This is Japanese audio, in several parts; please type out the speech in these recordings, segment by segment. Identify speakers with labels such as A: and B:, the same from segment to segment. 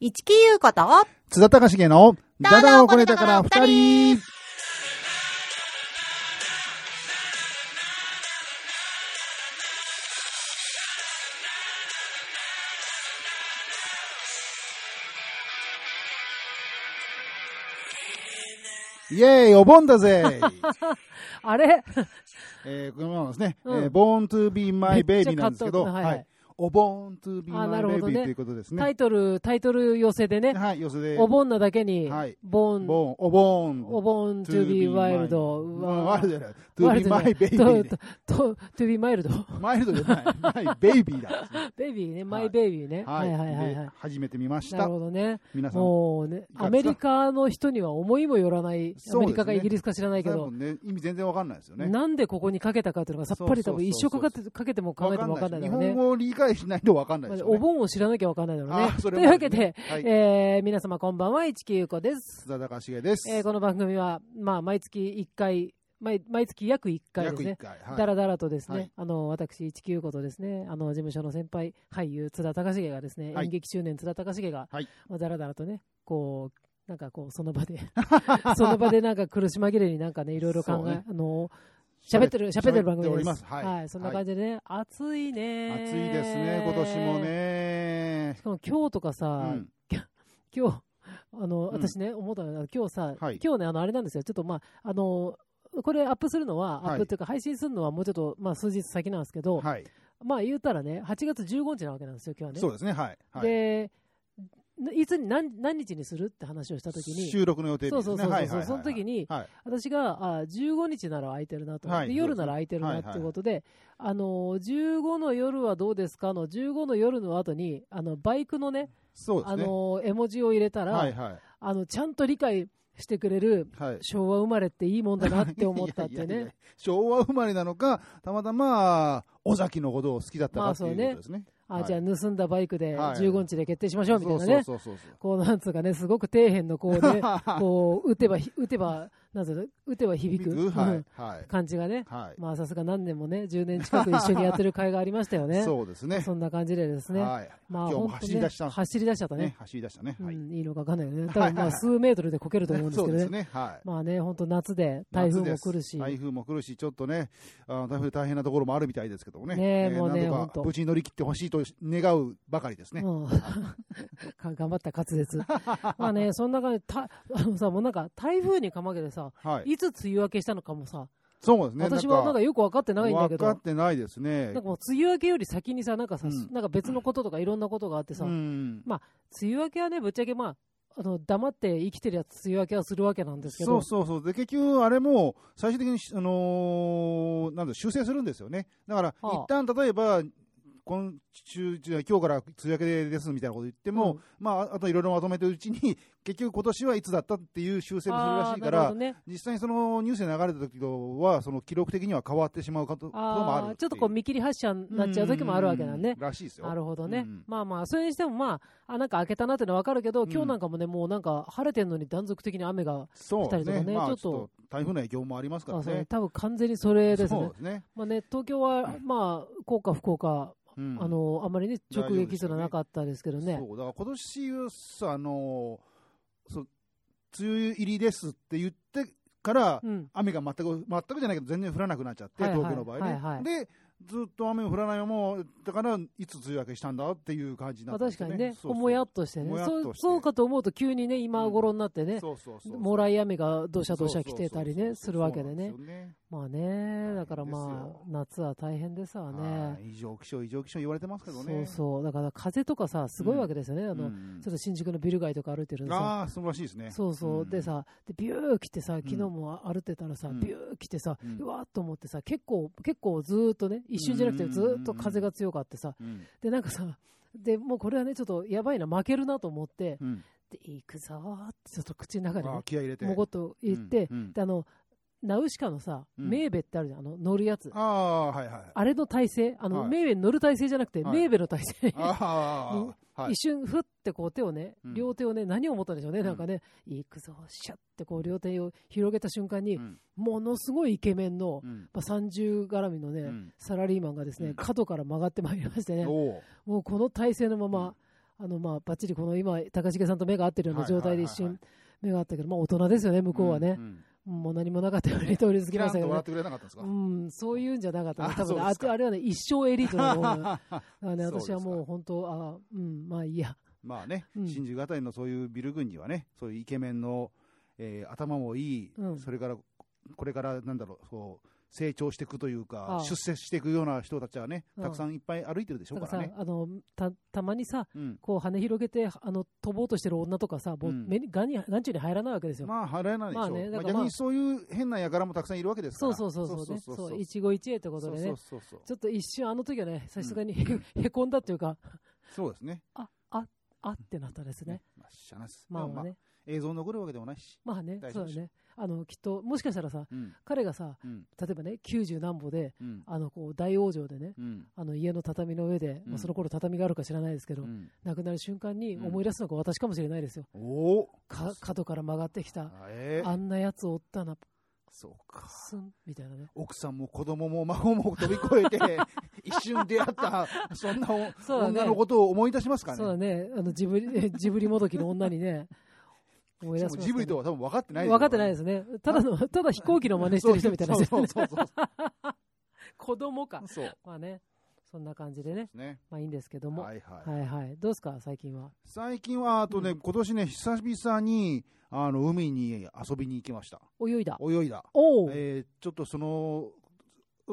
A: 一木優子と、
B: 津田隆重の、ダダをこねたから
A: ダダをこ
B: 二人。イェーイ、お盆だ ぜ
C: あれ
B: えー、このままですね、
C: うん
B: えー、Born to be my
C: めっちゃ
B: baby なんですけど、
C: カッ
B: は、
C: トはいいはい
B: お Born to be
C: あ
B: my
C: なるほど
B: baby
C: ね
B: ということです
C: タ
B: ね。
C: イトル、タイトル寄せでね、
B: はい、寄せで、
C: お盆なだけに
B: はい、
C: ボン、
B: ボーン、お盆。
C: お盆 to be wild。う
B: ワ
C: わ
B: イルドじゃない。to be my
C: と
B: baby ね。
C: とと to be mild.
B: マイルドじゃ ない。my baby だ。
C: ベイビーね、
B: は
C: マ
B: い
C: イベイビーね。はいはいはいは
B: で
C: い。
B: 初めて見まし
C: な
B: た
C: る。ほどね。
B: 皆さん。
C: もうね、
B: かがですか
C: アメリカの人には思いもよらない、
B: すね
C: アメリカかイギリスか知らないけ
B: 多
C: ど、
B: 分ね、意味全然わかんないですよね。
C: なんでここにかけたかっていうのがさっぱり多分一生かかってかけても考えても分かんないだ
B: 日
C: ろ
B: 本
C: うね。
B: 語を理解しないとわかんないです
C: まあ
B: よね。
C: お盆を知らなきゃ分かんないだろうね
B: あ。そ
C: と
B: れ
C: いう
B: もあ
C: わ
B: るね
C: けで、
B: はい
C: えー皆様こんばんは、市木優子です。
B: 津田隆重です。
C: えーこの番組は、まあ、毎月1回、毎毎月約1回で
B: 約
C: す
B: 一
C: ね。
B: 回。
C: だ
B: はい
C: らだらとですね、
B: はい
C: あの私、一級ことですね、あの事務所の先輩、俳優、津田隆重がですね、
B: はい
C: 演劇中年、津田隆重が、
B: はい
C: まあ、だらだらとね、こう、なんかこう、その場 で、その場でなんか苦し紛れになんかね、いろいろ考
B: そう
C: え、
B: ね
C: あの、喋ってる、喋ってる番
B: 喋ってお
C: 組
B: り
C: で。
B: ますすはい
C: そんな感じでね、暑いね。
B: 暑いですね、今年も。ね
C: し。かも今日とかさ、
B: うん
C: 今日あの、
B: ん
C: 私ね、思ったのが、今日さ、
B: はい
C: 今日ね、あのあれなんですよ、ちょっとまあ、あのこれ、アップするのは、
B: はい
C: アップっていうか、配信するのはもうちょっと、まあ、数日先なんですけど、
B: はい。
C: まあ、言ったらね、8月15日なわけなんですよ、今日はね。
B: そうですね、はい。はい
C: で、いつに何、何日にするって話をしたときに、
B: 収録の予定日ですね。
C: そうそうそうそう
B: はいはいはいはい
C: その時に
B: はい。
C: 私があ15日なら空いてるなと、
B: はい
C: で夜なら空いてるなっていうことで、あの15の夜はどうですかの15の夜の後にあのバイクのね
B: そうです
C: あ
B: ね。
C: の絵文字を入れたら、
B: はいはい。
C: あのちゃんと理解してくれる
B: はい。
C: 昭和生まれっていいもんだなって思ったっていう
B: いやいやいや
C: ね。
B: 昭和生まれなのか、たまたま、尾崎のことを好きだったかっていうことですね。
C: あじゃあ盗んだバイクで
B: はい
C: 15日で決定しましょうみたいなね。
B: そうそうそう
C: こうなんつうかね、すごく底辺のこう
B: そう。
C: ね、こう打てばひ、打てば、なんつうの、打てば響く
B: 響くは
C: う
B: い
C: ん。
B: はい。
C: 感じがね。
B: はい。
C: まあさすが何年もね、10年近く一緒にやってる会がありましたよ ね。
B: そうですね。
C: そんな感じでですね。
B: はい。
C: ま
B: 今
C: あ
B: 日も
C: 本当
B: 走り
C: ね
B: 出したんです
C: 走り出しちゃった
B: ね
C: ね。
B: 走り出したね。
C: う
B: はい。
C: ん、いいのかわかんないよね。多
B: はい
C: 分まあ数メートルでこけると思うんです
B: そ
C: け
B: う
C: ど
B: です
C: ね。
B: ね。はい。
C: まあね、本当夏で台風も来るし
B: 夏です。台風も来るし、ちょっとね、あの台風大変なところもあるみたいですけどもね。
C: ねえもうね
B: なん
C: ほん
B: とか
C: と
B: 無事に乗り切ってほしいと願うばかりですね。
C: うん、 か 頑張った滑 舌。まあね、そんな感じ、た あのさ、もうなんか台風にかまけてさ、
B: はい。
C: いつ梅雨明けしたのかもさ、
B: そうですね。
C: 私はなんかよく分かってないんだけど、な
B: 分
C: ん
B: かってないですね
C: か。もう梅雨明けより先にさ、なんかさ、
B: うん
C: なんか別のこととかいろんなことがあってさ、
B: うん。
C: 梅雨明けはね、ぶっちゃけまあ、あの黙って生きてるやつ、梅雨明けはするわけなんですけ
B: そ
C: ど
B: う、そうそう。で、結局、あれも、最終的にし、あのーなんだ、修正するんですよね。だから、
C: はあ
B: 一旦、例えば、今週、じゃあ今日から梅雨明けですみたいなこと言っても、
C: うん
B: まあ、あといろいろまとめてるうちに、 結局今年はいつだったっていう修正もするら
C: あ
B: しい
C: ー
B: か
C: なるほ
B: ら
C: ど、ね、
B: 実際にそのニュースで流れた時とは、その記録的には変わってしまうことこともあ
C: あ
B: る
C: ーちょっとこう見切り発車になっちゃう時もあるわけだ
B: う
C: ね
B: ん。らしいですよ。
C: なるほどね、
B: うん
C: まあまあ、それにしても、まあ、あなんか開けたなってのは分かるけど、
B: ん
C: 今日なんかもね、もうなんか晴れてるのに断続的に雨が、
B: そうです
C: 二人
B: ね。
C: とかね
B: まあ、ち
C: ち
B: ょ
C: ょ
B: っ
C: っと
B: と台風の影響もありますから
C: あそうね
B: ね。
C: 多分完全にそれです
B: そう
C: ね
B: で。すね。
C: まあね、東京は、まあ、効果不効果、
B: うん
C: あの、あまりね、直撃するのはなかったですけどね。
B: そうだから今年はさあのーそう梅雨入りですって言ってから、
C: うん。
B: 雨が全く全くじゃないけど全然降らなくなっちゃって、
C: はいはい
B: 東京の場合ね、
C: はいはい
B: でずっと雨降らないままだからいつ梅雨明けしたんだっていう感じにな
C: ま
B: っ
C: あ
B: たんですよ
C: 確かにね、
B: そうそう
C: こうもやっとしてね
B: もやっと
C: そう。
B: して
C: そうかと思うと急にね、今頃になってね、
B: そうそうそう
C: もら
B: い
C: い雨がどしゃどしゃ来てたりね、するわけでね。まあね、だか
B: 大
C: ら
B: 変
C: ま
B: です
C: あ、夏は大変ですわね。
B: 異常気象異常気象言われてますけど
C: そ
B: ね
C: うそう。だから風とかさ、すごいわけですよね。あ
B: う
C: の、
B: ん
C: ちょっと新宿のビル街とか歩いてるとさ、
B: ああそうらしいですね
C: そうそう、
B: ん
C: でさ、でビュー来てさ、
B: ん
C: 昨日も歩いてたらさ、
B: うん
C: ビュー来てさ、
B: うん
C: うわーっと思ってさ、結構、結構ずーっとね、一瞬じゃなくて、ずーっと風が強かってさ、
B: うん
C: で、なんかさ、でもうこれはね、ちょっとやばいな、負けるなと思って、
B: うん
C: で行くぞーって、ちょっと口の中で
B: あ
C: ね
B: ー、気合い入れて
C: もごっと言って、
B: うんうん
C: で、あの、ナウシカのさ、
B: うん
C: メーベってあるじゃん、あの、乗るやつ。
B: ああはいはい
C: あれの体勢、あの、
B: はい
C: メーベに乗る体勢じゃなくて、
B: はい
C: メーベの体勢。
B: ああ、はい
C: 一。瞬、ふってこう手をね、
B: うん
C: 両手をね、何を思ったんでしょうね、
B: うん
C: なんかね、いくぞ、シャッってこう両手を広げた瞬間に、
B: うん
C: ものすごいイケメンの、
B: うん
C: まあ、30絡みのね、
B: うん
C: サラリーマンがですね、
B: うん
C: 角から曲がってまいりましてね、
B: おう
C: もうこの体勢のまま、あの、まあ、ばっちりこの今、高重さんと目が合ってるような状態で一
B: はいはいはいは
C: 瞬
B: い、
C: 目が合ったけど、まあ、大人ですよね、向こうはね
B: ん。ん
C: もう何もなかったように通り過
B: キ
C: ぎ
B: ラ
C: ま
B: ー
C: し
B: ン
C: た
B: と笑
C: けどね
B: ってくれなかったんですか
C: うん、そういうんじゃなかったね
B: あ
C: 多分ね
B: そうですか
C: ああれはね、一生エリート だと思うのよだからね、
B: そうです
C: 私
B: か
C: はもう本当、あうん、まあいいや。
B: まあね、
C: うん
B: 新宿あたりのそういうビル群にはね、そういうイケメンの、えー頭もいい、
C: うん
B: それからこれからなんだろう、こう成長していくという
C: あ
B: か
C: あ、
B: 出世していくような人たちはね、
C: うん
B: たくさんいっぱい歩いてるでしょ
C: なん
B: うか
C: かさ、
B: らね。
C: あの、た、たまにさ、
B: うん、
C: こう羽広げて、あの、飛ぼうとしてる女とかさ、もう
B: うん
C: 目に、眼に、眼中に入らないわけですよ。
B: まあ、払えないでしょう、
C: まあねだ
B: まあ
C: から
B: 逆
C: ま
B: に
C: あ
B: そういう変な輩もたくさんいるわけですか
C: そう
B: ら。
C: そうそうそうね。
B: そうそ
C: そう、
B: そうう
C: 一期一会ってことでね。
B: そうそうそう
C: ちょっと一瞬あの時はね、さす がにへ,、こんだっていうか、
B: そうですね。
C: あ、あ、あってなったですね。
B: まあ、しゃあないです。
C: まあ
B: でも
C: まあね。
B: 映像残るわけでもないし。
C: まあね、
B: 大丈
C: そ
B: 夫で
C: うだ
B: しょ
C: ね。あの、きっと、もしかしたらさ、
B: うん、
C: 彼がさ、
B: うん、
C: 例えばね、90何歩で、
B: うん、
C: あの、こう、大往生でね、
B: うん。
C: あの、家の畳の上で、
B: うん
C: まあ、その頃畳があるか知らないですけど、
B: うん
C: 亡くなる瞬間に
B: うん
C: 思い出すのが私かもしれないですよ。
B: おお
C: か角から曲がってきた、
B: ええ
C: あんなやつおったな、
B: そうか。
C: すん、みたいなね。
B: 奥さんも子供も孫も飛び越えて一瞬出会ったそんなお
C: そうだね
B: 女のことを思い出しますかね
C: そうだね、あのジブリ ジブリもどきの女にね、思い出
B: でも
C: しましたね
B: ジブリとは多分分かってない
C: 分かってないですすね、ただのただ飛行機の真似してる人みたいな
B: そうそうそうそう
C: 子供か、
B: そうで
C: まあね、そんな感じでね、
B: すね
C: まあいいんですけども、は
B: はいいはい、
C: はい、どうですか、最近は。
B: 最近はあとね、
C: うん
B: 今年ね久々にあの海に遊びに行きました
C: 泳いだ。
B: 泳いだ、
C: おお、
B: えーちょっとその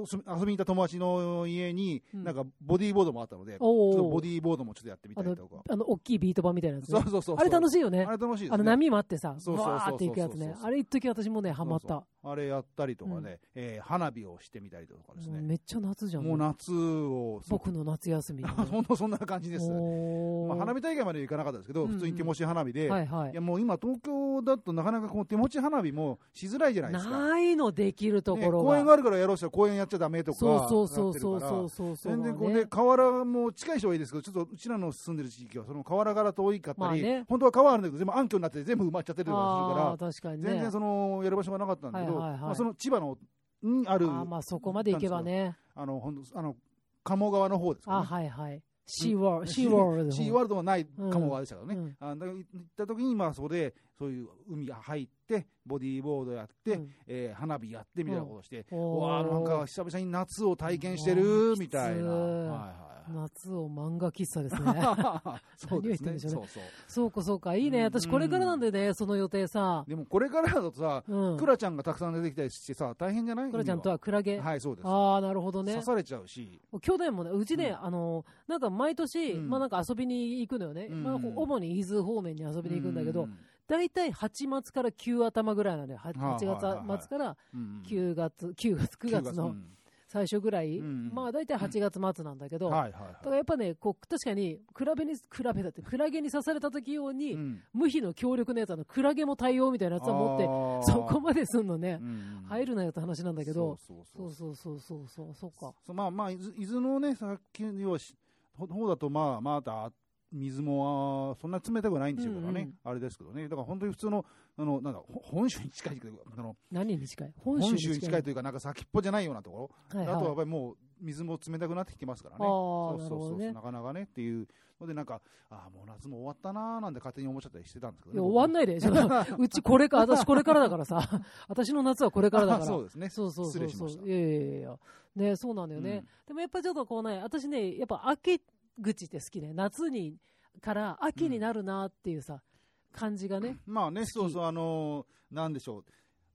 B: 遊び遊びに行った友達の家に、
C: うん
B: なんかボディーボードもあったのでち
C: お
B: ょ
C: ー
B: っとボディーボードもちょっとやってみたりとか
C: あの大きいビート板みたいなやつ、
B: そ
C: ね
B: う、そうそうそう
C: あれ楽しいよ
B: あ
C: ね
B: れ、楽しいですね
C: あの波もあってさ、
B: そうそうそうそう
C: わーっていくや
B: そ
C: つ
B: う
C: ね
B: そう、そう
C: あれ、一時私もね、ハマっ
B: そう
C: た、
B: そうあれやったりとか
C: うん
B: ね、えー花火をしてみたりとかです
C: うん
B: ね、
C: めっちゃ夏じゃん、
B: もう夏を
C: 僕の夏休み、
B: 本当 そんな感じです、
C: お
B: ま
C: ー
B: あ、花火大会までは行かなかったですけど、
C: うんうん
B: 普通に手持ち花火で、
C: はいいはい、
B: やもう今、東京だとなかなかこう手持ち花火もしづらいじゃないですか、
C: ないのできると
B: ね
C: ころ
B: 公
C: が、
B: 園があるからやろうしたら公園やっちゃだめとか
C: そうそうそうそう
B: なってるか
C: そ
B: ら
C: うそうそう
B: 全然こう
C: まあ
B: ね、河原も近い人はいいですけど、ちょっとうちらの住んでる地域は、その河原から遠いかったり、
C: まあね
B: 本当は川あるんだけど、全部暗渠になって全部埋まっちゃってるとかするから
C: あー、確かにね
B: 全然そのやる場所がなかったんだけど、
C: はいはいはい
B: まあ、その千葉のにある
C: あーまあそこまで行けばね
B: あのほんとあの鴨川の方です
C: あ
B: か、ね、
C: はいはいシーワールドシー
B: シー
C: ワールド
B: シーワールドはない
C: うん
B: 鴨川でしたからね、
C: うん
B: あだから行った時にまあそこでそういう海が入ってボディーボードやって、
C: うん
B: えー花火やってみたいなことをして、う
C: おー
B: わーなんか久々に夏を体験してるみたいな、
C: うわ
B: はいはい
C: 夏を漫画喫茶ですね
B: はいそうですね
C: 何を言ってんでしょうね
B: そうそう
C: そうかそうかいいね
B: うん
C: 私これからなんでねその予定さ
B: でもこれからだとさ、
C: うん
B: クラちゃんがたくさん出てきたりしてさ大変じゃない
C: クラちゃんとはクラゲ
B: 海ははいそうです、
C: ああなるほどね
B: 刺されちゃうし
C: 去年もねうちね
B: うん
C: あのなんか毎年
B: うん
C: まあなんか遊びに行くのよね
B: うん
C: まあこう主に伊豆方面に遊びに行くんだけ
B: う
C: ど大体8月から9頭ぐらいなのよは
B: はいはいはい
C: 8月末から
B: うん
C: 9月9月9月の最初ぐらい、
B: うん
C: まあ大体8月末なんだけど、
B: うん
C: だ
B: はいはい
C: か
B: は
C: らやっぱね、こう確かに、クラゲに、クラゲだって、クラゲに刺された時用
B: い
C: に、
B: うん
C: 無比の強力なやつ、あの、クラゲも対応みたいなやつは持って、
B: あー
C: そこまですんのね
B: う、ん
C: 入るなよって話なんだけど、
B: そうそ
C: そうう
B: そう
C: そうそうそうそう、そうか。
B: そうまあまあ伊豆伊豆のねさっきのしほ方だとまあまだ水もあーそんな冷たくないんでしょうからね、
C: うんうん
B: あれですけどねだから本当に普通のあのなんだほ本州に近いけどあの
C: 何に近い本州
B: 本
C: に
B: 州
C: 近い。
B: に近いというかなんか先っぽじゃないようなところ、
C: はいはい
B: あとはやっぱりもう水も冷たくなってきてますから
C: あ
B: ね
C: あ
B: そう
C: な
B: そ
C: る
B: う
C: ほ
B: そ
C: ど
B: う
C: ね。
B: なかなかねっていうのでなんかああもう夏も終わったなーなんて勝手に思っちゃったりしてたんですけど、
C: いや、終わん
B: ない
C: ないで、そのうちこれか、私これからだか らさ、私の夏はこれからだから。
B: そうですね
C: そうそうそうそう。
B: 失礼しました
C: いやいやいやいや。ね、そうなのよね、
B: うん
C: でもやっぱちょっとこうね、私ね、やっぱ秋口って好きね。夏に、から秋になるなっていうさ、感じがね。
B: まあね、
C: 好き
B: そうそう、あのーなんでしょう。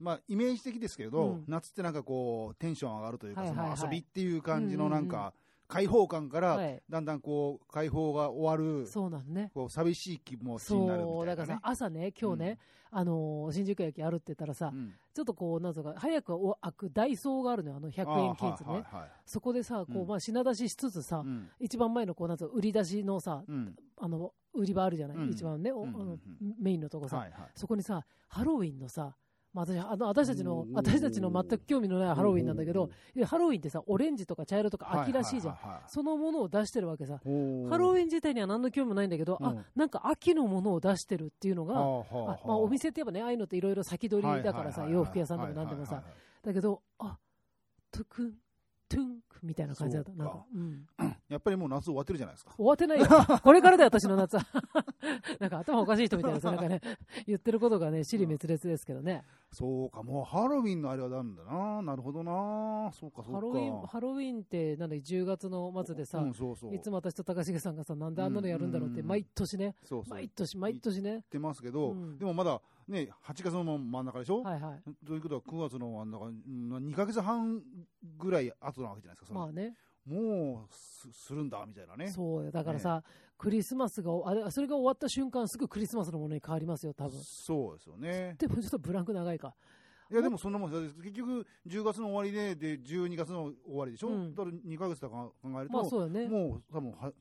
B: まあ、イメージ的ですけれど、
C: うん
B: 夏ってなんかこう、テンション上がるというか、
C: はいはいはい
B: その遊びっていう感じのなん
C: うんうんう
B: か、開放感か
C: は
B: ら
C: い、
B: だんだんこう、開放が終わる、
C: そうなんね。
B: こう、寂しい気持ちになるみ
C: そう、
B: た
C: だ
B: いな、
C: からさ
B: ね、。
C: 朝ね、今日ね、あのー新宿駅歩ってたらさ、
B: うん
C: ちょっとこう、なんとか、早くお開くダイソーがあるのよ、あの100円均一
B: あ
C: ね。
B: ーはいはいはい
C: そこでさ、こ
B: う
C: う、
B: ん
C: まあ、品出ししつつさ、
B: うん
C: 一番前のこう、なんつうの売り出しのさ、
B: うん
C: あの、売り場あるじゃない、
B: うん
C: 一番ね、お
B: うんうんうん
C: あのメインのとこさ、
B: はいはい
C: そこにさ、ハロウィンのさ、まあ、私あの私たち
B: お
C: の
B: ー
C: 私たちの全く興味のないハロウィンなんだけ
B: お
C: ど
B: ー、
C: いやハロウィンってさ、オレンジとか茶色とか秋らしいじゃん、
B: ははは
C: そのものを出してるわけさ、
B: い
C: ハロウ
B: ィン
C: ィン自体には何の興味もないんだけど、
B: う
C: あ
B: ん
C: なんか秋のものを出してるっていうのが、あ
B: が
C: まあ、お店ってやっぱね、ああいうのっていろいろ先取りだからさ、洋服屋さんでも
B: なん
C: 何でもさ、だけど、あトゥクン、トゥンク、みたいな感じだった。
B: そうか
C: なんかうん
B: やっぱりもう夏終わってるじゃないですか。
C: 終わってないよ。これからだよ、私の夏 は。なんか頭おかしい人みたいですなんかね、言ってることがね、尻滅裂ですけどね。
B: そうか、もうハロウィンのあれはなんだな。なるほどな。そうか、そうか。
C: ハロウィン、ハロウィンって、なんだ、10月の末でさ、
B: うん、そうそう。
C: いつも私と高重さんがさ、なんであんなのやるんだろうっ
B: うんうん
C: て、
B: うん
C: 毎年ね、
B: そうそう。
C: 毎
B: 言
C: 年、毎年ね
B: っ。てますけど、
C: うん
B: でもまだね、8月の真ん中でしょ、
C: はいはい。
B: ということは9月の真ん中、うん2ヶ月半ぐらい後なわけじゃないですか。その
C: まあね、
B: もうすするんだみたいなね。
C: そうよ。だからさ、クリスマスが、あれ、それが終わった瞬間、すぐクリスマスのものに変わりますよ、多分。
B: そうですよね。
C: でもちょっとブランク長いか。
B: いやでもそんなもんです結局10月の終わりでで12月の終わりでしょ、
C: うん
B: だから2ヶ月とか考えると、
C: まあそうだよね。
B: もう多分は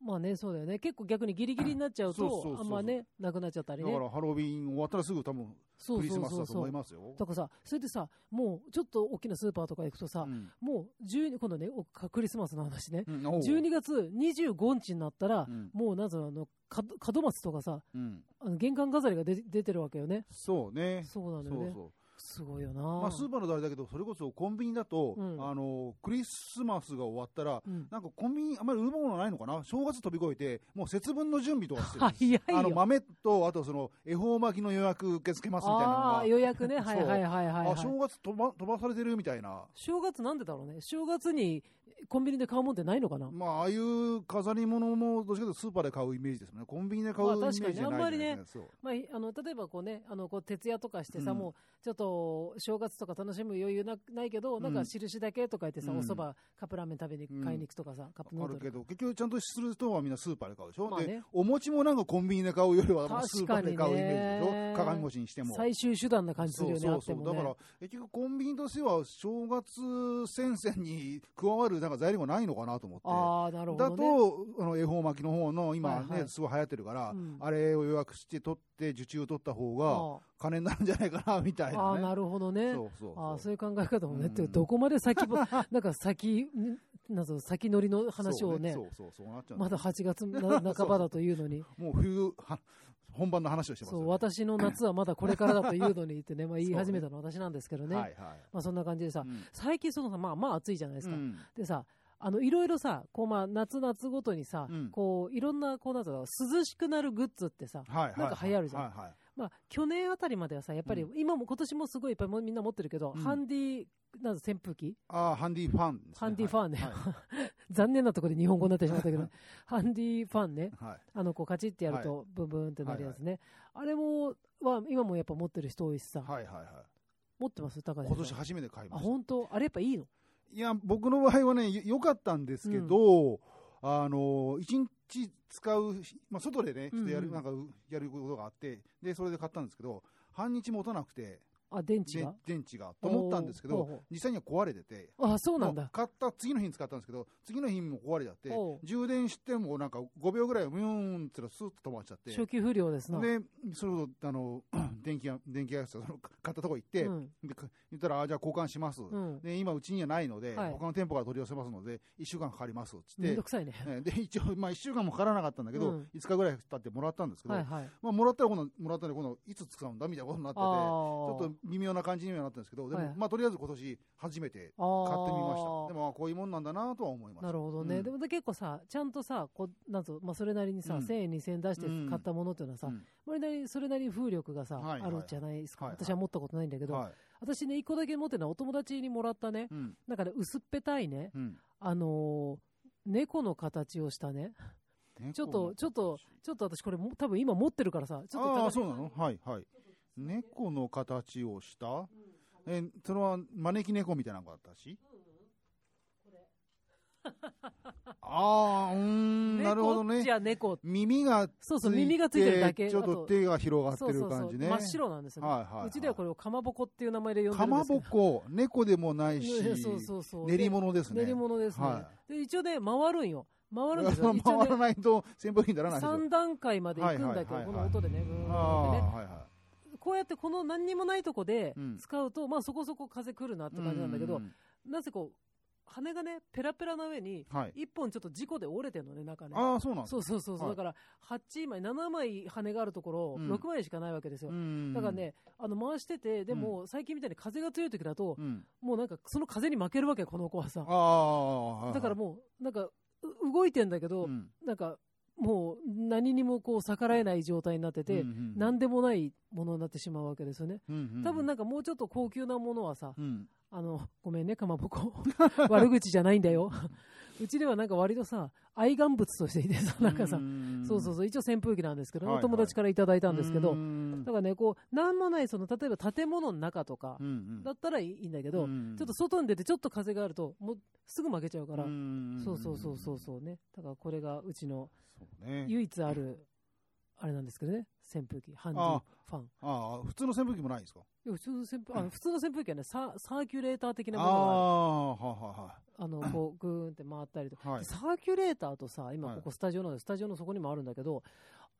C: まあね、そうだよね。結構逆にギリギリになっちゃう
B: そうそうそう
C: と、
B: そう
C: あんまね、なくなっちゃったり
B: だ
C: ね。
B: からハロウィン終わったらすぐ多分
C: そう
B: クリス
C: そ
B: マ
C: う
B: ス
C: そう
B: だと
C: そ
B: 思
C: う
B: い。ますよ。
C: だからさ、それでさ、もうちょっと大きなスーパーとか行くとさ、
B: うん
C: もう12、今度ね、おかクリスマスの話ね、
B: うんおう
C: 12月25日になったら、
B: うん
C: もうなぜあの、か門松とかさ、
B: うん
C: あの玄関飾りが出出てるわけよね。
B: そうね。
C: そうなのよ
B: そう
C: ね。
B: そう。
C: すごいよな、
B: まあスーパーの誰だけど、それこそコンビニだと、
C: うん
B: あのクリスマスが終わったら、
C: うん
B: なんかコンビニあんまり売るものないのかな、正月飛び越えて、もう節分の準備とかしてる。
C: 早いよ。
B: あの豆と、あとその恵方巻きの予約受け付けますみたいなの
C: あ
B: が
C: あ、予約ね。
B: そう
C: はいはいはいはい、は
B: あ正
C: い。
B: 月飛ば飛ばされてるみたいな、
C: 正月なんでだろうね。正月にコンビニで買うもんってないのかな。
B: まあ、ああいう飾り物もどっちかというとスーパーで買うイメージですもんね、コンビニで買うイ
C: ま
B: メー
C: あ確
B: ジ
C: かに
B: じゃない
C: あんまりね
B: じゃないですかそう
C: まあ、いあの例えばこうね、あのこう徹夜とかしてさ、
B: うん
C: もうちょっと正月とか楽しむ余裕なないけど、
B: うん
C: なんか印だけとか言ってさ、
B: うん
C: おそば、カップラーメン食べに
B: うん
C: 買いに行くとかさ、カップヌ
B: あ
C: ー
B: る
C: ド
B: け
C: ル。
B: ど、結局、ちゃんとする人はみんなスーパーで買うでしょ、
C: まあね
B: でお餅もなんかコンビニで買うよりは、スーパーで買うイメージ
C: 確かに
B: でし
C: ね
B: ょ、鏡餅にしても。
C: 最終手段な感じする
B: そ
C: よ
B: う
C: ね、
B: そうそ
C: あっ
B: う、
C: ても
B: だ
C: ね。
B: から、結局、コンビニとしては、正月戦線に加わるなんか材料がないのかなと思って。
C: ああ、なるほ
B: だ
C: ど、ね。
B: と、あの恵方巻きの方の今ね、
C: はいはい
B: すごい流行ってるから、
C: うん
B: あれを予約して取って、受注取った方が、
C: あ
B: 金になるんじゃないかなみたい
C: ー
B: な、
C: あ
B: ね。
C: ー、なるほどね。
B: そうそうそう
C: ああ、そういう考え方も
B: うん
C: ね。ってかどこまで先 も、なんか先、んなんぞ先乗りの話をね、
B: そうそうそうそうなっちゃうん
C: まだ8月 な半ばだというのに、
B: もう冬は本番の話をしてます
C: そ
B: よね、
C: う、私の夏はまだこれからだというのにってね、まあ言い始めたの私なんですけどね。
B: はいはい
C: まあそんな感じでさ、
B: うん
C: 最近そのさ、まあまあ暑いじゃないですか。
B: うん
C: でさ、あの、いろいろさ、こうまあ夏夏ごとにさ、
B: うん
C: こう、いろんな、こうなんだろう、涼しくなるグッズってさ、
B: はいはい
C: なんか流行るじゃん
B: はいはい
C: まあ去年あたりまではさ、やっぱり
B: う
C: 今も今年もすごいいっぱいもみんな持ってるけど、
B: うん
C: ハンディ、なんだ扇風機
B: ああハンディファンですね、
C: ハンディファンね
B: はいは
C: 残念なところで日本語になってしまったけど、 ハンディファンね。
B: いはい
C: あの、こう、カチッってやると、ブンブンってなるやつね。あれも、は、今もやっぱ持ってる人多いしさ、
B: はいはい は
C: 持ってます高橋
B: い
C: さ
B: 今
C: ん
B: 年初めて買い
C: あ、
B: ました
C: 本当あれやっぱいいの
B: いや僕の場合はねよ良かったんですけど、あの一日使う日、まあ、外でねちょっとやる、
C: うんうん
B: なんかうやることがあってでそれで買ったんですけど半日持たなくて
C: あ、電池
B: で
C: が
B: 電池がと思ったんですけ
C: おうおうお
B: ど
C: う
B: 実際には壊れてて
C: あ、そうなん
B: もう
C: だ。
B: 買った次の日に使ったんですけど次の日も壊れちゃって
C: おう
B: 充電してもなんか5秒ぐらいムーンってスーッと止まっちゃって
C: 初期不良ですな。
B: でそれこそあの 電気屋電気屋さんその買ったとこ行って、
C: うん。
B: でか言ったらあじゃあ交換します、
C: うん。
B: で今うちにはないので、
C: はい
B: 他の店舗から取り寄せますので1週間かかりますっつっ
C: めん
B: て
C: どくさいね。
B: えで一応、まあ、1週間もかからなかったんだけど、
C: うん
B: 5日ぐらい経ってもらったんですけど、
C: はいはい。
B: まあ、もらったら今度もらったら今度いつ使うんだみたいなことになっててち
C: あー
B: ょっと微妙な感じにはなったんですけどでも、
C: はい
B: まあ、とりあえず今年初めて
C: あー
B: 買ってみました。でもまあこういうもんなんだなとは思いました。
C: なるほどね。
B: うん
C: でも結構さ、ちゃんとさ、こう、なんと、まあ、それなりにさ、
B: うん
C: 1000円、2000円出して
B: うん
C: 買ったものっていうのはさ、
B: うん
C: それなりに、それなりに風力がさ、
B: はいはい
C: あるじゃないですか。
B: はいはい
C: 私は持ったことないんだけど、
B: はい。
C: 私ね、一個だけ持ってるのはお友達にもらったね、
B: うん。
C: なんかね、薄っぺたいね、
B: うん。
C: あのー猫の形をしたね、ちょっと、ちょっと、ちょっと私これも、多分今持ってるからさ、ちょっと
B: ああー、
C: 高
B: そうなのはい、はい。猫の形をしたえ、それは招き猫みたいなのがあったしああ、うーん、なるほど
C: 猫
B: ね
C: じ。ゃ猫って
B: 耳がついて、
C: そうそう耳がついてるだけ
B: ちょっ
C: あ
B: と
C: と
B: 手が広がってる感じね。
C: そうそうそう真っ白なんですよね、
B: はいはいはいう
C: ちではこれをかまぼこっていう名前で呼んで
B: か
C: るんで
B: ます
C: けど
B: ぼこ、猫でもないし、
C: いや そうそうそう
B: 練り物ですね。
C: 練り物ですね、
B: は
C: で一応ね回るんよ 回るんですよ
B: い。
C: 一応
B: 回ら
C: ね
B: ないと扇風機にならないでしょ。
C: 3段階まで行くんだけど、
B: はいはいはいはい
C: この音でねブーン
B: ああ、
C: ってね
B: はいはい。
C: こうやってこの何にもないとこで
B: うん
C: 使うと、まあそこそこ風来るなって感じなんだけど、
B: うん
C: なぜこう羽がね、ペラペラな上に、
B: はい。
C: 一本ちょっと事故で折れてるのね、中ね。
B: ああ、そうなんです
C: そうそうそうそう、
B: はい
C: だから、8枚、7枚羽があるところ、
B: うん
C: 6枚しかないわけですよ。
B: ん
C: だから、ね、あの回してて、でも、最近みたいに風が強い時だと、
B: うん、
C: もうなんか、その風に負けるわけよ、この子はさ。
B: ああ、
C: だからもう、なんか、う動いてんだけ
B: う
C: ど、
B: ん、
C: なんか、もう、何にもこう逆らえない状態になってて、何
B: で、
C: でもないものになってしまうわけですよね。
B: うんうんうん
C: 多分、なんかもうちょっと高級なものはさ、
B: うん、
C: あの、ごめんね、かまぼ こ。悪口じゃないんだよ。うちではなんか割とさ、愛玩物としていてさ、なんかさ、そうそう
B: う
C: そう、一応扇風機なんですけど、
B: はいはい
C: お友達からいただいた
B: なん
C: ですけ
B: う
C: ど、
B: ん
C: だからね、こう、なんもない、その、例えば建物の中とか
B: う、ん、
C: だったらいいんだけ
B: け
C: ど、ちょっと外に出てちょっと風があると、もうすぐ負けちゃうから、
B: ん
C: そうそうそうそうそうね。だからこれがうちの
B: そうね。
C: 唯一ある、あれなんですけどね、扇風機、ハンディ
B: あ
C: ファン。
B: ああ、普通の扇風機もないですか
C: いや普通の扇風あ普通の扇風機はねサ、サーキュレーター的な
B: あ
C: ものがある
B: あ、はは
C: あの、こう、ぐーんって回ったりとか。
B: は。はい。
C: サーキュレーターとさ、今
B: はい
C: ここスタジオなんで、スタジオのそこにもあるんだけど、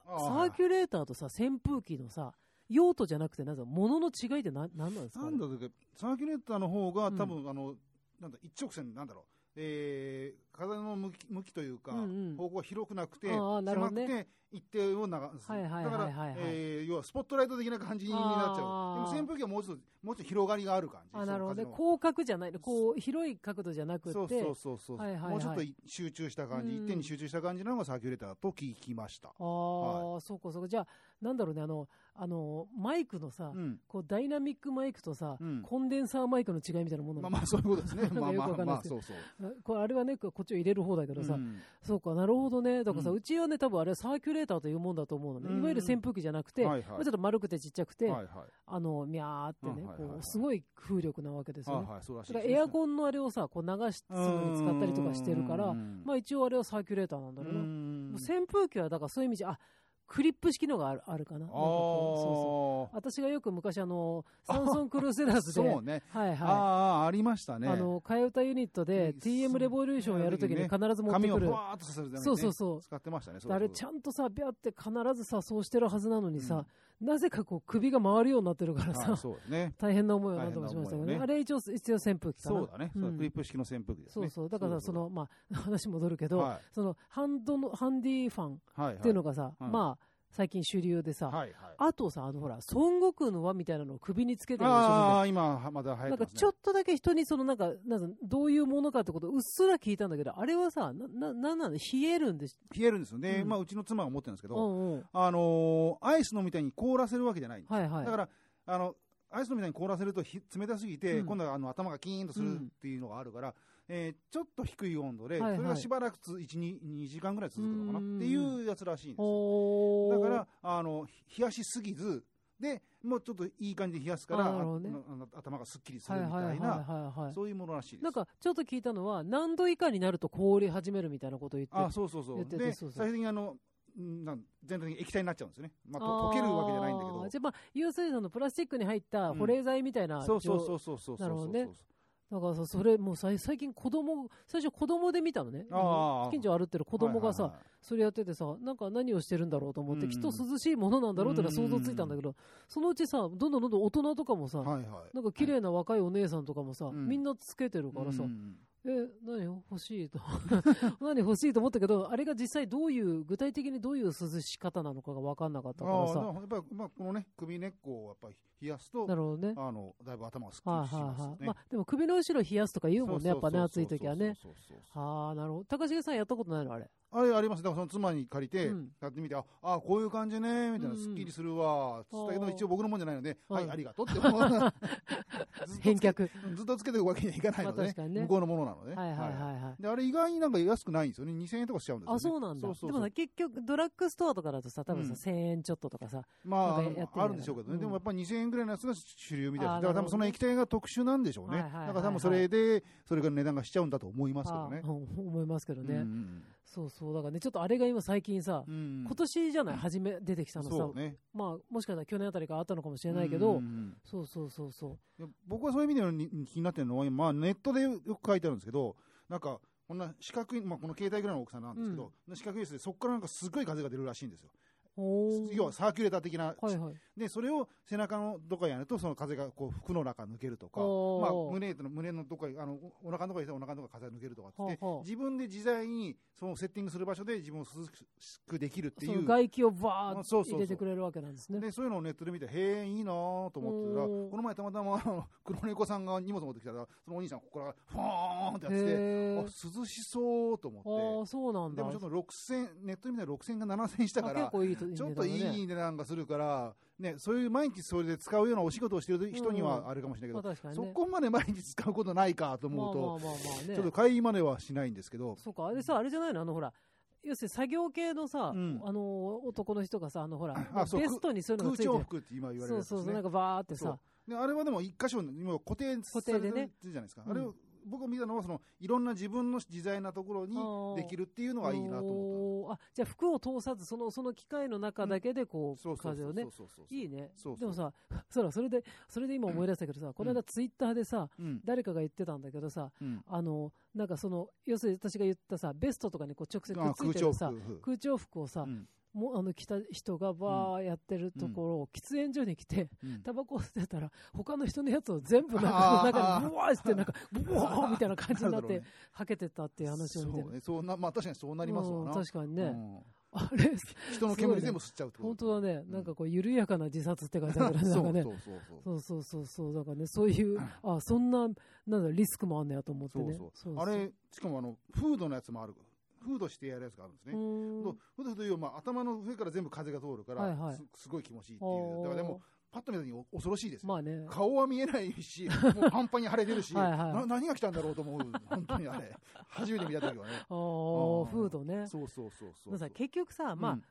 B: サ
C: サーキュレーターとさ、扇風機のさ、用途じゃなくて、なんか物の違いって何なんなんですか
B: なんだっけ、サーキュレーターの方が、多分、あの、なんだ、一直線、なんだろう。えー、風の向き向きというか、
C: うんうん
B: 方向は広くなくて、
C: あーなるほ
B: 狭
C: どね
B: くて、一定を流す。
C: はいはいはいはい
B: だから、えー、要はスポットライト的な感じになっちゃ
C: あー
B: う。でも扇風機はもうちょっと、もうちょっと広がりがある感じ。
C: あ、なるほどね。
B: その
C: 広角じゃないの。こう、広い角度じゃなくて、
B: 風のそうそうそうそう、
C: はいはいはい
B: もうちょっとい集中した感じ、
C: うん
B: 一点に集中した感じなのがサーキュレーターと聞きました。
C: ああ、そうかそうか。じゃあ、なんだろうね、あの、あの、マイクのさ、
B: うん。
C: こう、ダイナミックマイクとさ、
B: うん
C: コンデンサーマイクの違いみたいなもの
B: ま
C: な
B: あま
C: の、
B: あ、そういうことですね。
C: なんか
B: まあ
C: よ
B: ま
C: くわか
B: あ
C: んない
B: ま
C: で
B: あ、
C: すけ
B: そうそう。
C: これ、あれはね、こっちを入れる方だけどさ、
B: うん
C: そうか、なるほどね。だからさ、
B: う
C: うんちはね、多分あれはサーキュレーターというもんだと思うのね。
B: うん
C: いわゆる扇風機じゃなくて、
B: はいはい
C: まあちょっと丸くてちっちゃくて、
B: はいはい。
C: あの、みゃーってね、
B: うんはいはいはい
C: こう、すごい風力なわけですよ
B: はい
C: ね。
B: はい、そうらしい
C: だ
B: です
C: から
B: ね。
C: エアコンのあれをさ、こう流し、すぐに使ったりとかしてるから、
B: あ、
C: まあ一応あれはサーキュレーターなんだろうな。もう扇風機は、だからそういう意味じゃ、あ、クリップ式のがあるあるかな。なんか
B: あ
C: こうそうそう
B: ー
C: 私がよく昔あの、サンソンクルーセダ ーズで、
B: そうね。
C: はい
B: あ
C: は
B: あ、ありました
C: い。
B: ね。
C: あの、替え歌ユニットで
B: うん
C: TM レボリューションをやるときに必ず持って
B: 髪を
C: く
B: ふ
C: る。
B: わーっとさせるためにね。
C: そうそうそう。
B: 使ってましたね。そうそう
C: あれちゃんとさ、ビャって必ずさ、そうしてるはずなのにさ、なぜかこう首が回るようになってるからさ、
B: はいそうです ね。
C: 大変な思いを何度もしましたけどね。
B: 大変な思いをね
C: あれ一応必要扇風機かな。
B: そうだね。
C: うん
B: そうクリップ式の扇風機です
C: そ
B: ね。
C: うそう。だからさ、そ
B: そう
C: の、まあ、話戻るけ
B: そ
C: ど、
B: う、は
C: その、ハンドの、ハンディファン
B: い。はい。
C: っていうのがさ、
B: うん
C: まあ、最近主流でさ、
B: はいはい。
C: あとさ、あのほら、孫悟空の輪みたいなのを首につけてるでしょ
B: ああ、今、はまだ流行って
C: なんか
B: ますね
C: ちょっとだけ人にそのなんか、なんかどういうものかってことをうっすら聞いたんだけど、あれはさ、な、な、なんなの冷えるんでし
B: 冷えるんですよね。
C: うん
B: まあ、うちの妻が持ってるんですけ
C: ょ
B: ど、
C: うんうん。
B: あのー、アイスのみたいに凍らせるわけじゃないんです。
C: はいはい。
B: だから、あの、アイスのみたいに凍らせるとひ冷たすぎて、
C: うん
B: 今度はあの頭がキーンとす
C: う
B: るっ
C: ん
B: ていうのがあるから、えーちょっと低い温度で、
C: はいはい
B: それがしばらくつ1、2, 2時間ぐらい続くのかなっていうやつらしいんですよ。
C: お
B: だ
C: ー
B: から、あの、ひ冷やしすぎず、で、もうちょっといい感じで冷やすから、
C: あーなるほどね
B: あの頭がすっきりす
C: は
B: る
C: い
B: みたいな、
C: はいはいはいはい。
B: そういうものらしいです。
C: なんか、ちょっと聞いたのは、何度以下になると凍り始めるみたいなことを言って。
B: あ、そうそうそ
C: 言
B: う。
C: ってて
B: で、
C: そうそ
B: 最
C: う
B: 終的にあの、んなん全体的に液体になっちゃうんですよね。まあ、
C: あー
B: と溶けるわけじゃないんだけど。
C: じゃあまあ、要するにそのプラスチックに入った保冷剤みたいな、
B: そうそうそうそうそうそうそう。
C: なるほどねだからさ、それもうさ最近子供、最初子供で見たのね。
B: あー
C: 近所歩ってる子供がさ、
B: はいはいはい
C: それやっててさ、なんか何をしてるんだろうと思って、
B: うん
C: きっと涼しいものなんだろうってのは想像ついたんだけど、そのうちさ、どんどんどんどん大人とかもさ、
B: はいはい。
C: なんか綺麗な若いお姉さんとかもさ、
B: うん
C: みんなつけてるからさ、
B: うん
C: え、何欲しいと。何欲しいと思ったけど、あれが実際どういう、具体的にどういう涼し方なのかが分かんなかったから
B: ああで
C: さ。
B: もやっぱり、まあ、このね、首根っこをやっぱり冷やすと
C: な、るほどね。
B: あの、だいぶ頭がすっきり
C: はい
B: します
C: は
B: よ
C: いはい。
B: ね。
C: まあでも首の後ろ冷やすとか言うもんね、やっぱね、
B: そ
C: 暑
B: う
C: い
B: そうそうそう
C: 時はね。。
B: そうそうそう
C: ああ、なるほど。高重さんやったことないのあれ。
B: あれあります。だからその妻に借りて
C: うん、
B: やってみて、あ、あこういう感じね、みたいな、
C: うんうん
B: すっきりするわ、つったけ
C: あ
B: ど、
C: ー
B: 一応僕のもんじゃないので、
C: うん
B: はい、ありがとうって思 う。ずっとつけ
C: 返却。
B: ずっとつけてるわけにはいかないの
C: ま
B: で
C: あ確かにね
B: ね、向こうのものなのでね。
C: はいはいはいはい。
B: で、あれ意外になんか安くないんですよね。2000円とかしちゃうんですよね。
C: あ、そうなんだ。
B: そう
C: で
B: そう
C: も
B: そ
C: さ、
B: う。
C: 結局、ドラッグストアとかだとさ、多分
B: う
C: さ、
B: ん
C: 1000円ちょっととかさ。
B: まあ、あ
C: なんかやってみたいな
B: のあるんでしょうけどね。でもやっぱり2000円ぐらいのやつが主流みたいです。
C: あ
B: だ
C: ー
B: から多
C: なるほ
B: 分
C: ど
B: そ
C: ね
B: の液体が特殊なんでしょう
C: はい
B: ね。
C: はいはいはい
B: だから多分それで、それから値段がしちゃうんだと思いますけ
C: あ
B: ど
C: ー
B: ね
C: う。ん思いますけどね、
B: うん
C: そうそう。だからね、ちょっとあれが今最近さ、
B: うんうん。
C: 今年じゃない初め出てきたのさ、
B: そうね。
C: まあ、もしかしたら去年あたりからあったのかもしれないけど、
B: うんうん
C: そうそうそうそう。
B: うん僕はそういう意味でのに気になってるのは、今まあ、ネットでよく書いてあるんですけど、なんか、こんな四角い、まあ、この携帯ぐらいの大きさなんですけど、四角いですね、そこからなんかすごい風が出るらしいんですよ。
C: おー
B: 要はサーキュレーター的な、
C: はいはい。
B: でそれを背中のどこかにやるとその風がこう服の中抜けるとか、
C: お
B: まあ
C: ー、
B: 胸の胸のどこかにあのおお腹のとこにお腹のとこから風が抜けるとかって言って
C: はあはあ
B: 自分で自在にそのセッティングする場所で自分を涼しくできるって
C: そ
B: い
C: の
B: う
C: 外気をバー
B: あそ
C: ッ
B: う
C: と
B: そうそう
C: 入れてくれるわけなんですね。
B: でそういうのをネットで見てへえいいなーと思ってたら
C: おー
B: この前たまたまあの黒猫さんが荷物持ってきたらそのお兄さんここからフォーンってやってて
C: へー
B: あ涼しそうと
C: あ
B: 思っ
C: ー、そうなん
B: て
C: だ。
B: でもちょっと6000ネットで見たら6000が7000したか
C: あ結
B: ら
C: 構いいといい
B: ちょっ
C: 値
B: と
C: 段だね
B: いい値段がするから、ね、そういう毎日それで使うようなお仕事をしてる人にはあれかもしれないけど
C: まあ、確かに
B: そ
C: ね。
B: こまで毎日使うことないかと思うと、
C: まあまあまあまあね。
B: ちょっと買いまではしないんですけど、
C: そうか、あれさ、あれじゃないのあの、ほら、要するに作業系のさ、
B: うん
C: あの、男の人がさ、あの、ほら、
B: あそう
C: ベストにそういうの
B: 空
C: がついて
B: 調
C: る。
B: 服って今言われる
C: そ
B: や
C: う
B: つで
C: そう
B: す
C: そう、なん
B: ね。
C: かバーって
B: そ
C: さ
B: う、であれはでも一箇所に今固定されてるじゃないですか。
C: 固
B: あれ
C: 定でね
B: を僕が見たのはそのいろんな自分の自在なところに
C: あー
B: できるっていうのがいいなと思っ
C: おーあ、じゃあ服を通さず、その、その機械の中だけで、
B: た。
C: こう、
B: そうそう
C: 風
B: そ
C: を
B: う
C: ね
B: そう。そうそう。
C: いいね。
B: そうそう
C: でもさ、 そら、それで、それで今思い出したけどさ、この間ツイッターでさ、
B: うん
C: 誰かが言ってたんだけどさ、
B: うん
C: あの、なんかその、要するに私が言ったさ、ベストとかにこう直接
B: あ
C: く
B: 空
C: っついてる
B: 調
C: さ、
B: 服。
C: 空調服をさ、
B: うん
C: もうあの着た人がバーやってるところを喫煙所に来て、
B: うん
C: タバコを捨てたら、他の人のやつを全部なんかこう中
B: あー
C: にブワーして、なんか、ブワーみたいな感じになっ
B: なるほど
C: て
B: ね、
C: はけてったっていう話を見て
B: そうね。そうな、まあ確かにそうなりますわ
C: うん
B: な。
C: 確かにね。
B: うん
C: あれ、
B: 人の
C: すごい
B: 煙
C: ね
B: 全部吸っちゃうってこと。
C: 本当だね。なんかこう、緩やかな自殺って感じだね。
B: そ
C: な
B: うん
C: かね。
B: そうそうそう。
C: そうそうそうそう。だからね、そういう、あ、そんな、なんだ、リスクもあんねやと思って
B: そう
C: ね。
B: そうあれ、しかもあの、フードのやつもある。フードしてやるやつがあるんですね。
C: うーん
B: とフードというよりまあ、頭の上から全部風が通るから、
C: はいはい
B: すすごい気持ちいいっていう。
C: お
B: だ
C: ー
B: からでも、パッと見た時にお恐ろしいですよ。
C: まあね。
B: 顔は見えない し、もうパンパンに腫れてるし、
C: はいはい
B: な何が来たんだろうと思う。本当にあれ。初めて見た 時はね。
C: あーフードね。
B: そうそうそうそう。
C: まあさ結局さ、まあ、
B: うん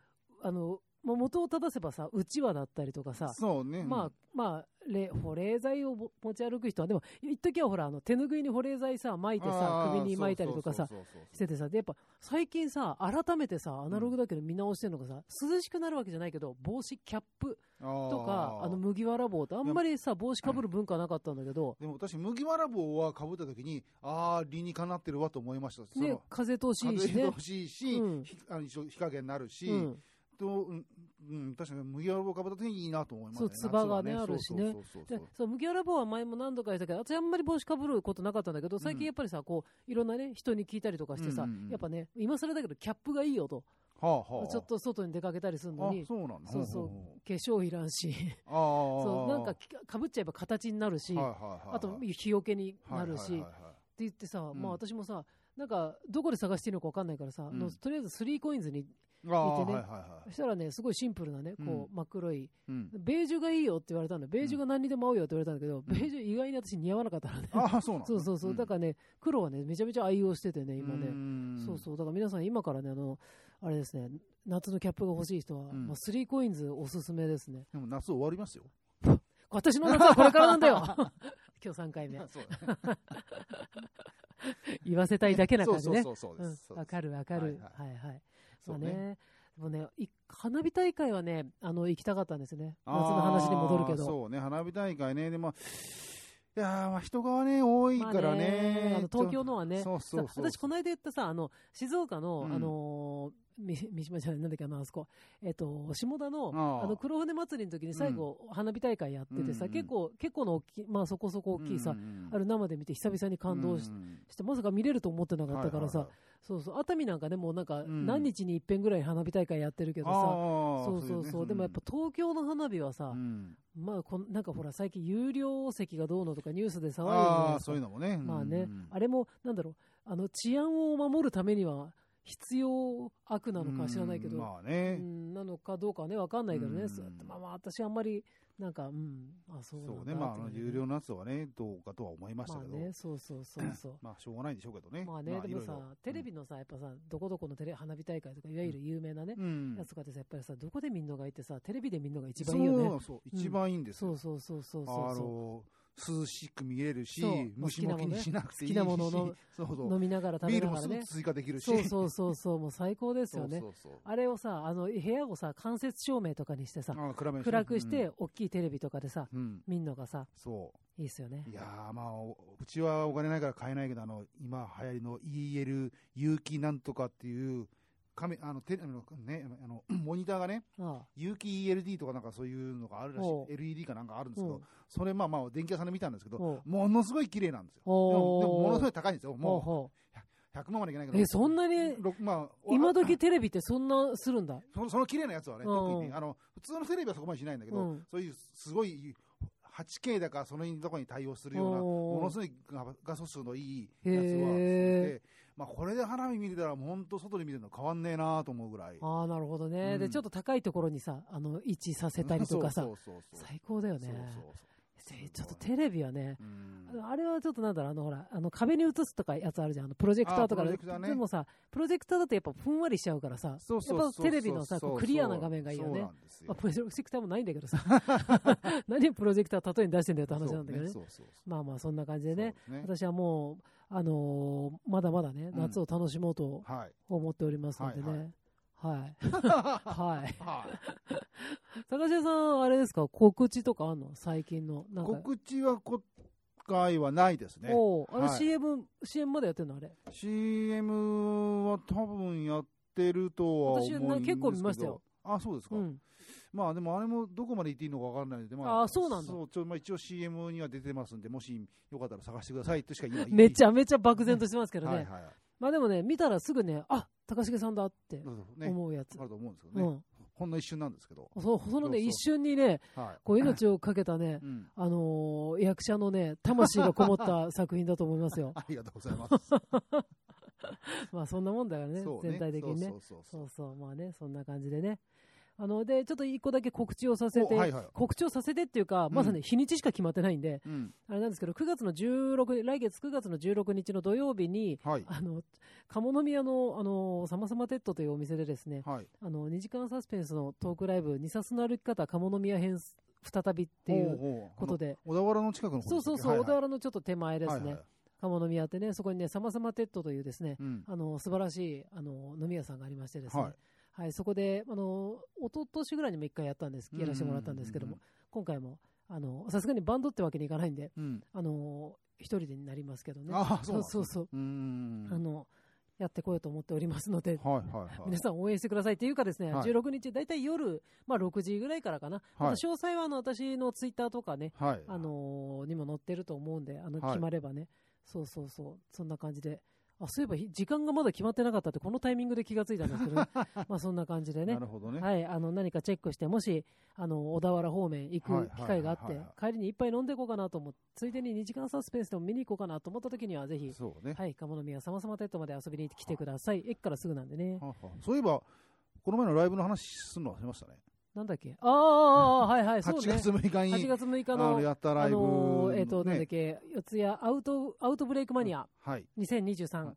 C: あの、まあ、元を正せばさ、うちわだったりとかさ、
B: そうね。うん
C: まあ、まあ、れ保冷剤をぼ持ち歩く人は、でも、一時はほら、あの、手拭いに保冷剤さ、巻いてさ
B: あ、ー
C: 首に巻いたりとかさ、
B: そうそうそうそう
C: しててさ、で、やっぱ、最近さ、改めてさ、アナログだけど見直してるのがさ、涼しくなるわけじゃないけど、帽子、キャップとか、
B: あー
C: あの、麦わら帽って、あんまりさ、帽子かぶる文化なかったんだけど、
B: でも私、麦わら帽はかぶった時に、ああ、理にかなってるわと思いました。そ
C: ね
B: の、
C: 風通しいいし
B: 風
C: ね
B: 通。しいいし、
C: うん
B: ひあの一応日陰になるし、
C: うん、
B: と、うん、うん確かに麦わら帽かぶった時にいいなと思います
C: そうつばがね
B: 夏は
C: あるしね
B: そうそうそう
C: で
B: そう
C: そう麦わら帽は前も何度か言ったけど私あんまり帽子かぶることなかったんだけど最近やっぱりさ、こういろんなね人に聞いたりとかしてさ、
B: うんうんうん
C: やっぱね今更だけどキャップがいいよと
B: はあはあ、
C: ちょっと外に出かけたりするのに
B: あ、そうなんだ。
C: そうそ
B: ほ
C: う
B: ほ
C: 化粧いらんし
B: ほ
C: そ
B: ああ。
C: うなんかきかぶっちゃえば形になるし、
B: はいはいはい、
C: あと日よけに
B: はいはいは
C: な
B: い
C: るし、って言ってさ、
B: ん
C: まあ私もさなんかどこで探していいのか分かんないからさ、
B: ん
C: のとりあえず 3COINS に
B: あ
C: 見
B: あ
C: てね
B: はいはいはい
C: そしたらねすごいシンプルなねこ
B: う
C: う真っ黒い、
B: うん
C: ベージュがいいよって言われたんだベージュが何にでも合うよって言われたんだけど、ベージュ意外に私似合わなかったのね
B: ああ、そうなんだ
C: そうそうそう、だからね、黒はね、めちゃめちゃ愛用しててね、今ね。
B: ね
C: そうそう、だから皆さん、今からね、あの、あれですね、夏のキャップが欲しい人は、
B: うん
C: まあ、スリーコインズおすすめですね。
B: でも夏終わりますよ。
C: 私の夏はこれからなんだよ 今日3回目。
B: そうだね
C: 言わせたいだけな感じね
B: そ。うそうそうそう
C: う
B: で
C: ん
B: す。そうで
C: わ
B: す
C: かるわかる。
B: は
C: はいはい。
B: そ
C: まあ
B: うね
C: ね、でもね、い花火大会はね、あの、行きたかったんですよね。夏
B: あー
C: の話に戻るけど。
B: そうね、花火大会ね。で、まあ、いやーまあ人がね、多いからね。
C: まああの東京のはね、
B: そうそうそう
C: さ私、この間言ったさ、あの静岡の、
B: うん
C: あのーみ 三島じゃない、なんだっけ、あのあそこ、えっと、下田の
B: あー
C: あの黒船祭りの時に最後、花火大会やっててさ、
B: うんうん
C: 結構、結構の大きい、まあ、そこそこ大きいさ、あ
B: る
C: る生で見て、久々に感動し,、して、まさか見れると思ってなかったからさ、そうそう、熱海なんかね、もうなんか、
B: ん
C: 何日に一遍ぐらい花火大会やってる
B: け
C: けどさ、そうそうそう、でもやっぱ、東京の花火はさ、
B: うん
C: まあこん、なんかほら、最近、有料席がどうのとか、ニュースで騒いでるじゃな
B: あ
C: いで
B: あ、
C: すか
B: そういうのもね。うん
C: まあね、
B: うん
C: あれも、なんだろう、あの、治安を守るためには、必要悪なのか知らないけ
B: うん
C: ど、
B: まあ
C: う
B: ね。
C: ん、なのかどうかはね、わかんないけど
B: う
C: ね、
B: ん
C: そうやってまあまあ、私あんまり、なんか、うん、あ、そうなんだ
B: そうね、まあ、あの
C: ってね
B: 有料のやつはね、どうかとは思いました
C: ま
B: け
C: あ
B: ど、
C: ね、そうそうそ うそう。
B: まあ、しょうがないんでしょうけどね。
C: まあね、でもさ
B: いろいろ、
C: テレビのさ、やっぱさ、どこどこのテレ花火大会とか、いわゆる有名なね、
B: うん
C: やつとかってさ、やっぱりさ、どこで見んのがいいってさ、テレビで見んのが一番
B: そう
C: いいよね。
B: そう、
C: うん
B: 一番いいんです
C: そ
B: よ。
C: うそうそうそう
B: あ
C: そ
B: の涼しく見えるし
C: そう、
B: 虫も気にしなくていいし、
C: 好きなものね好きなものの
B: そう
C: う。
B: そ
C: 飲みながら
B: う
C: 食
B: ビ
C: べ
B: ール
C: な
B: もす
C: がら
B: ぐ
C: ね。
B: 追加できるし、
C: そうそうそうそう、もう最高です
B: そ
C: よ
B: う
C: ね。
B: そうそう
C: あれをさ、あの部屋をさ、間接照明とかにしてさ、
B: あ暗めに
C: 暗くして、、大きいテレビとかでさ、
B: うんうん
C: 見んのがさ、
B: そ
C: いいっすよね
B: う。い。やーまあ、おうちはお金ないから買えないけど、あの、今流行りの EL 有機なんとかっていう、カメ、あの、テレあの、ね、あの、モニターがね、
C: あ
B: 有機 ELD とかなんかそういうのがあるらし
C: おう
B: い、LED かなんかあるんですけ
C: う
B: ど
C: ん、
B: それ、まあまあ、電気屋さんで見たんですけど、
C: おう
B: ものすごい綺麗なんですよ。で
C: お
B: も
C: う
B: でもものすごい高いんですよ。
C: あ、ほう
B: も
C: ほ
B: う100万までいけないけ
C: う。
B: ど。
C: え、そんなに、
B: ろまあ、
C: 今
B: あ
C: 時テレビってそんなするんだ。
B: そのその綺麗なやつはね、
C: うん
B: 特にね、あの、普通のテレビはそこまでしないんだけど、
C: うん
B: そういうすごい 8K だかその辺のとこに対応するような、
C: おー
B: ものすごい画画素数のいい
C: へ
B: やつはで、
C: え。
B: まあ、これで花火見てたら、本当外で見てるの変わんねえなと思うぐらい。
C: ああ、なるほどね、
B: うん
C: で、ちょっと高いところにさ、あの、位置させたりとかさ、
B: そうそうそうそう
C: 最高だよ
B: そう
C: ね。
B: そうそう
C: でちょっとテレビはね、
B: うん
C: あれはちょっとなんだろう、あの、ほら、あの、壁に映すとかやつあるじゃん、あの、プロジェクターとか
B: あープロジ
C: で、
B: ェクターね
C: でもさ、プロジェクターだとやっぱふんわりしちゃうからさ、
B: そうそう
C: や
B: そう
C: っ
B: そ
C: ぱ
B: う
C: テレビのさ、こうクリアな画面がいいよ
B: そう
C: ね
B: な。んです
C: ま
B: よ。
C: あ、プロジェクターもないんだ けどさ、何をプロジェクター例えに出してんだよって話なんだけどね。
B: そうそうそう
C: まあまあ、そんな感じでね、
B: そうですね
C: 私はもう、あのーまだまだね、
B: うん
C: 夏を楽しもうと
B: はい。
C: 思っておりますのでね。はい。 はい。
B: はい
C: 高橋さん、あれですか、告知とかあんの最近の。なんか
B: 告知は今回はないですね。
C: おうあれ
B: はい
C: CM、CM までやってんのあれ。
B: CM は多分やってるとは思うんですけど
C: 私ね結構見ましたよ。
B: あ、そうですか。
C: うん。
B: まあでもあれもどこまで言っていいのかわからないので、ま
C: あそうなんだ
B: そうちょまあ、一応 CM には出てますんで、もしよかったら探してくださいとしか言わない。
C: め
B: ゃ
C: ちゃめちゃ漠然としてますけどね。
B: はいはい。
C: まあでもね、見たらすぐね、あ高重さんだって
B: どうぞね。
C: 思うやつ。
B: あると思うんですけど
C: う
B: ね。
C: ん。
B: ほんの一瞬なんですけど。
C: そうそのね、
B: そうそう
C: 一瞬にね、
B: は
C: こう命をかけた
B: い。、
C: ね
B: うん。
C: あのー役者のね、魂がこもった作品だと思い ますよ。
B: ありがとうございます。
C: まあそんなもんだ よね、
B: そう
C: 全体的にね
B: そ。うそうそうそ
C: そううそう、まあね、そんな感じでね。あの、で、ちょっと一個だけ告知をさせて、
B: おはいはい
C: 告知をさせてっていうか、まさに日にちしか決まってないんで、
B: うん。
C: あれなんですけど、9月の16、来月9月の16日の土曜日に、
B: はい。
C: あの、鴨宮の、あの、さまさまテッドというお店でですね、
B: はい。
C: あの、2時間サスペンスのトークライブ、二冊の歩き方、鴨宮編、再びってい
B: ほ
C: う
B: ほ
C: ことで、
B: あの小田原の近くの方
C: そう
B: でした
C: そ
B: っ
C: う
B: け
C: そう、
B: はい
C: 小
B: はい
C: 田原のちょっと手前ですね、
B: はいはい
C: 鴨宮ってね、そこにね、さまさまテッドというですね、
B: うん
C: あの、素晴らしい、あの、飲み屋さんがありましてですね、
B: は
C: はいい、そこで、あの、一昨年ぐらいにも一回やったんです、やらせてもらったんですけども、今回も、あの、さすがにバンドってわけにいかないんで、
B: うん
C: あの、一人でになりますけどね、
B: ああそうなん
C: そう
B: です
C: そ
B: ね
C: うそう、
B: うーん
C: あの、やってこようと思っておりますので、
B: はいはいはい
C: 皆さん応援してくださいっていうかですね、
B: はい
C: 16日、大体夜、まあ、6時ぐらいからかな、また詳細はあの私のツイッターとかね、
B: はい
C: あのーにも載ってると思うんで、あの
B: はい
C: 決まればね、そうそうそう、そんな感じで、あそういえばひ時間がまだ決まってなかったって、このタイミングで気がついたんですけど、 ね、まあそんな感じでね
B: なる。ほどね
C: はい、あの何かチェックして、もしあの小田原方面行
B: はい
C: く機会があって、
B: はいはいは
C: 帰りに一杯飲んでいこうかなと思って、ついでに2時間サスペンスでも見に行こうかなと思った時には、ぜひ、
B: そうね
C: はい、鴨宮さまさまテッドまで遊びに来てください。駅からすぐなんでね。
B: ははそういえばこの前のライブの話するの忘れましたね
C: なんだっけああ、はいはい、そう
B: 8
C: ね。
B: 月6日に
C: 8月6日
B: あ
C: の
B: の、やったラ
C: あ
B: イブ
C: のーえっ、と、
B: ね
C: なんだっけ、四谷アウト、アウトブレイクマニア
B: はい
C: 2023、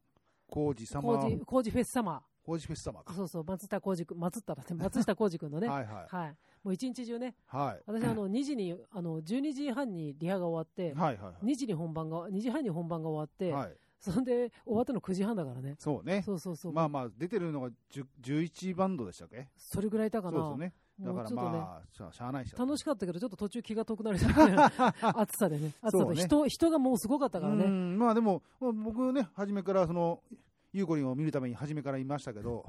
B: 工事様
C: 工事、工事フェス様。
B: 工事フェス様か
C: そうそう、松下工事くん、松下だって、松下工事くんのね。
B: は
C: はい
B: はい
C: い、もう一日中ね、
B: はい
C: 私、あの、2時に、あの、12時半にリハが終わって、
B: はいはい
C: 2時に本番が、2時半に本番が終わって、
B: はい
C: そんで、終わったの9時半だからね。
B: そうね
C: そうそうそう。
B: まあまあ出てるのが10 11バンドでしたっけ
C: それぐらいい
B: そ
C: たか
B: う
C: な。
B: ですよねだから
C: もうちょっとね
B: まあしゃしゃあないし
C: 楽しかったけど、ちょっと途中気が遠くなりそうな暑さでね。
B: そ
C: 暑さ
B: う
C: と
B: ね
C: 人、人がもうすごかったから
B: う
C: ね。
B: んまあでも、まあ、僕ね、初めからその、ゆうこりんを見るために初めからいましたけど、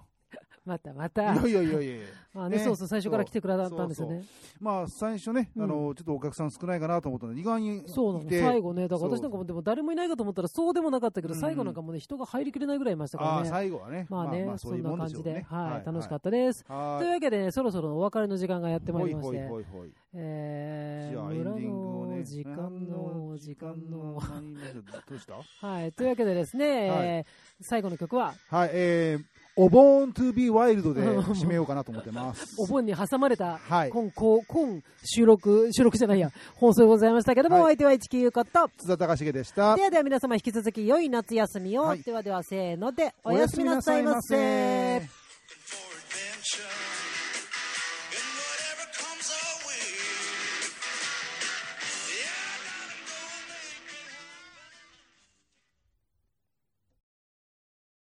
C: またま
B: い
C: た。
B: やいやいやいや、
C: まあね、
B: ね
C: そうそう、最初から来てくださったんですよね。
B: まあ最初ね、
C: うん
B: あの、ちょっとお客さん少ないかなと思ったので、意外にいて、
C: そうなの。最後ね、だから
B: そう
C: 私なんかもでも誰もいないかと思ったらそうでもなかったけど、
B: うん
C: 最後なんかもうね、人が入りきれないぐらいいました
B: あ
C: か
B: あ、
C: らね。
B: 最後はね、
C: まあね、そ
B: そうい
C: ん
B: う
C: な
B: もん
C: 感
B: でしょ
C: じ
B: うね
C: で、はい、楽しかったです。というわけでね、そろそろお別れの時間がやってまいりまし
B: ほい
C: て、
B: ほいほいほい。
C: え
B: じゃ
C: ー、
B: あエンデ
C: 村
B: ィングをね
C: の、時間の、時間の、
B: どうした
C: はい、というわけでですね、
B: はい
C: えー最後の曲は、
B: はい、えー、お盆 to be wild で締めようかなと思ってます。
C: お盆に挟まれた、
B: はい
C: 今、こう今収録、収録じゃないや、放送でございましたけども、
B: はい
C: お相手は一木優子と、
B: 津田隆重でした
C: で。はでは皆様引き続き良い夏休みを、
B: はい
C: ではではせーのでおやすみなさいませ。
B: おやすみなさいませ